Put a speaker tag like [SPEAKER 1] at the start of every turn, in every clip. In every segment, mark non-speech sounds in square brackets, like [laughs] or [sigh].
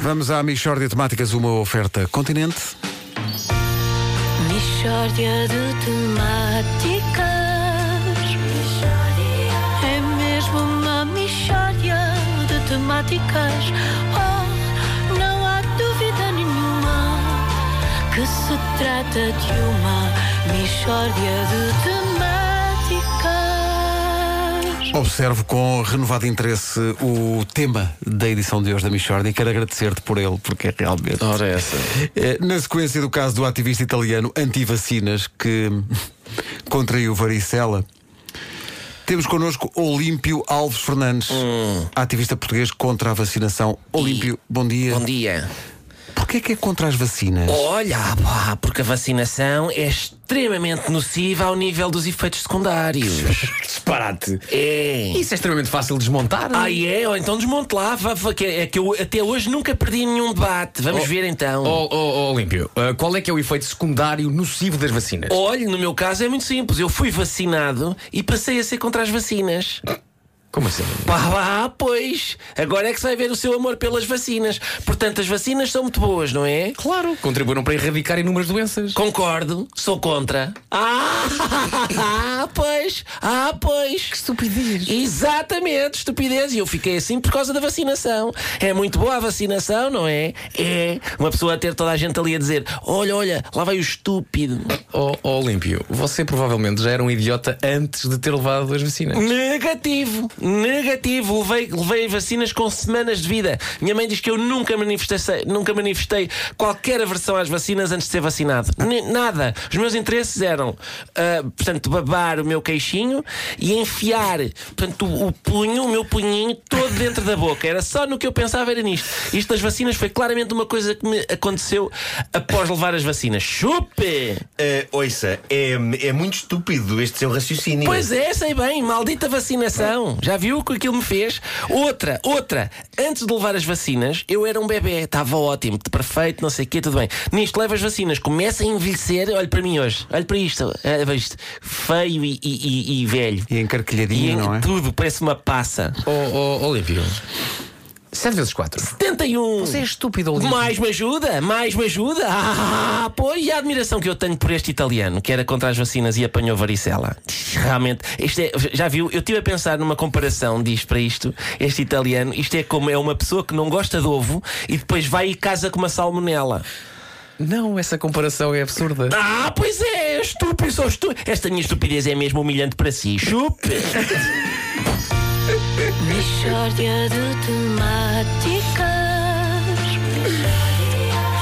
[SPEAKER 1] Vamos à Michórdia Temáticas, uma oferta continente.
[SPEAKER 2] Mishória de temáticas É mesmo uma mishória de temáticas Oh, não há dúvida nenhuma Que se trata de uma mishória de temáticas
[SPEAKER 1] Observo com renovado interesse o tema da edição de hoje da Michordia e quero agradecer-te por ele, porque é realmente.
[SPEAKER 3] Ora, essa.
[SPEAKER 1] Eh, Na sequência do caso do ativista italiano anti-vacinas que [laughs] contraiu varicela, temos connosco Olímpio Alves Fernandes, ativista português contra a vacinação. Olímpio, bom dia.
[SPEAKER 3] Bom dia. Oh,
[SPEAKER 1] Porquê que é contra as vacinas?
[SPEAKER 3] Olha, pá, porque a vacinação é extremamente nociva ao nível dos efeitos secundários.
[SPEAKER 4] Disparate.
[SPEAKER 3] é.
[SPEAKER 4] Isso é extremamente fácil de desmontar.
[SPEAKER 3] Ai é? Ou então desmonte lá, vá, vá, que é é que eu até hoje nunca perdi nenhum debate. Vamos
[SPEAKER 4] Oh.
[SPEAKER 3] ver então.
[SPEAKER 4] Ó, ó, ó, Olímpio, ah, qual é que é o efeito secundário nocivo das vacinas?
[SPEAKER 3] Olhe, no meu caso é muito simples. Eu fui vacinado e passei a ser contra as vacinas.
[SPEAKER 4] Como assim?
[SPEAKER 3] Pá, lá, pois. Agora é que se vai ver o seu amor pelas vacinas. Portanto, as vacinas são muito boas, não é?
[SPEAKER 4] Claro, contribuíram para erradicar inúmeras doenças.
[SPEAKER 3] Concordo, sou contra. Ah, [laughs] pois, ah, pois. Que estupidez. Exatamente, estupidez. E eu fiquei assim por causa da vacinação. É muito boa a vacinação, não é? É. Uma pessoa a ter toda a gente ali a dizer: olha, olha, lá vai o estúpido.
[SPEAKER 4] Ó, ó, Olímpio, você provavelmente já era um idiota antes de ter levado as vacinas.
[SPEAKER 3] Negativo, negativo. Levei, levei vacinas com semanas de vida. Minha mãe diz que eu nunca manifestei, nunca manifestei qualquer aversão às vacinas antes de ser vacinado. Ne- nada. Os meus interesses eram, ah, portanto, babar o meu queixinho e enfiar, portanto, o, o punho, o meu punhinho, todo dentro da boca. Era só no que eu pensava, era nisto. Isto das vacinas foi claramente uma coisa que me aconteceu após levar as vacinas. Chupe!
[SPEAKER 5] Eh, ouça, é, é muito estúpido este seu raciocínio.
[SPEAKER 3] Pois é, sei bem, maldita vacinação. Já viu o que aquilo me fez? Outra, outra. Antes de levar as vacinas, eu era um bebê, estava ótimo, perfeito, não sei o quê, tudo bem. Nisto, levo as vacinas, começa a envelhecer. Olha para mim hoje, olha para isto, olha para isto. Feio e, e- e- e velho.
[SPEAKER 1] E
[SPEAKER 3] E
[SPEAKER 1] encarquilhadinho,
[SPEAKER 3] em
[SPEAKER 1] não é?
[SPEAKER 3] tudo, parece uma passa.
[SPEAKER 4] Ó, ó, Olímpio, 7 vezes 4.
[SPEAKER 3] 71!
[SPEAKER 4] Você é estúpido, Olímpio.
[SPEAKER 3] Mais me ajuda, mais me ajuda. [laughs] Ah, pô, e a admiração que eu tenho por este italiano que era contra as vacinas e apanhou varicela. [laughs] Realmente, isto é, já viu? Eu estive a pensar numa comparação disto para isto, este italiano. Isto é como é uma pessoa que não gosta de ovo e depois vai e casa com uma salmonela.
[SPEAKER 4] Não, essa comparação é absurda.
[SPEAKER 3] Ah, pois é, estúpido, sou estúpido. Esta minha estupidez é mesmo humilhante para si. Chupe!
[SPEAKER 2] Mishória de temáticas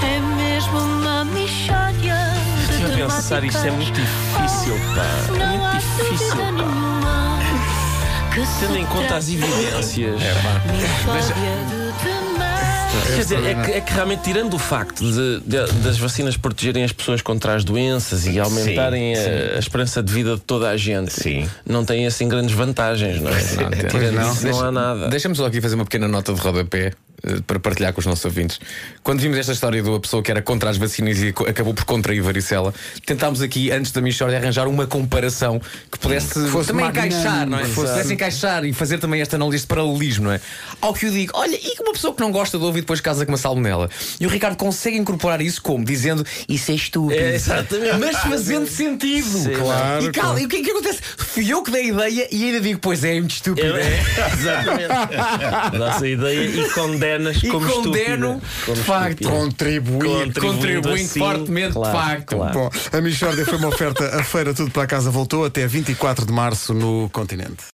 [SPEAKER 2] É mesmo uma mishória de
[SPEAKER 3] Estive a
[SPEAKER 2] temáticas
[SPEAKER 3] pensar, isto é muito difícil, pá. É
[SPEAKER 2] Não há
[SPEAKER 3] muito difícil,
[SPEAKER 2] dúvida
[SPEAKER 3] pá.
[SPEAKER 2] nenhuma que se
[SPEAKER 3] Tendo em conta as
[SPEAKER 2] trate
[SPEAKER 3] evidências.
[SPEAKER 2] Mishória de temáticas
[SPEAKER 3] Quer dizer, é que, é que realmente, tirando o facto de- de- das vacinas protegerem as pessoas contra as doenças e aumentarem A, a esperança de vida de toda a gente,
[SPEAKER 5] Sim.
[SPEAKER 3] não tem assim grandes vantagens, não é? Tirando
[SPEAKER 1] não.
[SPEAKER 3] isso, não há nada.
[SPEAKER 4] Deixa-me só aqui fazer uma pequena nota de rodapé eh, para partilhar com os nossos ouvintes. Quando vimos esta história de uma pessoa que era contra as vacinas e co- acabou por contrair varicela, tentámos aqui, antes da Michórdia, arranjar uma comparação que pudesse
[SPEAKER 1] fosse
[SPEAKER 4] também
[SPEAKER 1] magnânime,
[SPEAKER 4] encaixar, não é?
[SPEAKER 1] que
[SPEAKER 4] Que
[SPEAKER 1] fosse-
[SPEAKER 4] pudesse encaixar e fazer também esta análise de paralelismo, não é? Ao que eu digo, olha, e que uma pessoa que não gosta de ouvir depois casa com uma salmonela? E o Ricardo consegue incorporar isso como? Dizendo, isso é estúpido.
[SPEAKER 3] É, exatamente.
[SPEAKER 4] Mas fazendo sentido.
[SPEAKER 1] claro,
[SPEAKER 4] E, cala,
[SPEAKER 1] claro.
[SPEAKER 4] e o que é que acontece? Fui eu que dei a ideia e ainda digo, pois é, é muito
[SPEAKER 3] [laughs]
[SPEAKER 4] estúpido.
[SPEAKER 3] Eu- exatamente. Nossa ideia e condenas
[SPEAKER 4] E
[SPEAKER 3] como
[SPEAKER 4] condeno,
[SPEAKER 3] estúpida.
[SPEAKER 4] de facto.
[SPEAKER 1] Contribuir.
[SPEAKER 4] Contribuindo
[SPEAKER 3] assim,
[SPEAKER 4] fortemente,
[SPEAKER 3] claro,
[SPEAKER 4] de facto.
[SPEAKER 3] claro.
[SPEAKER 1] Bom, a Michórdia foi uma oferta. A feira Tudo para Casa voltou até 24 de março no continente.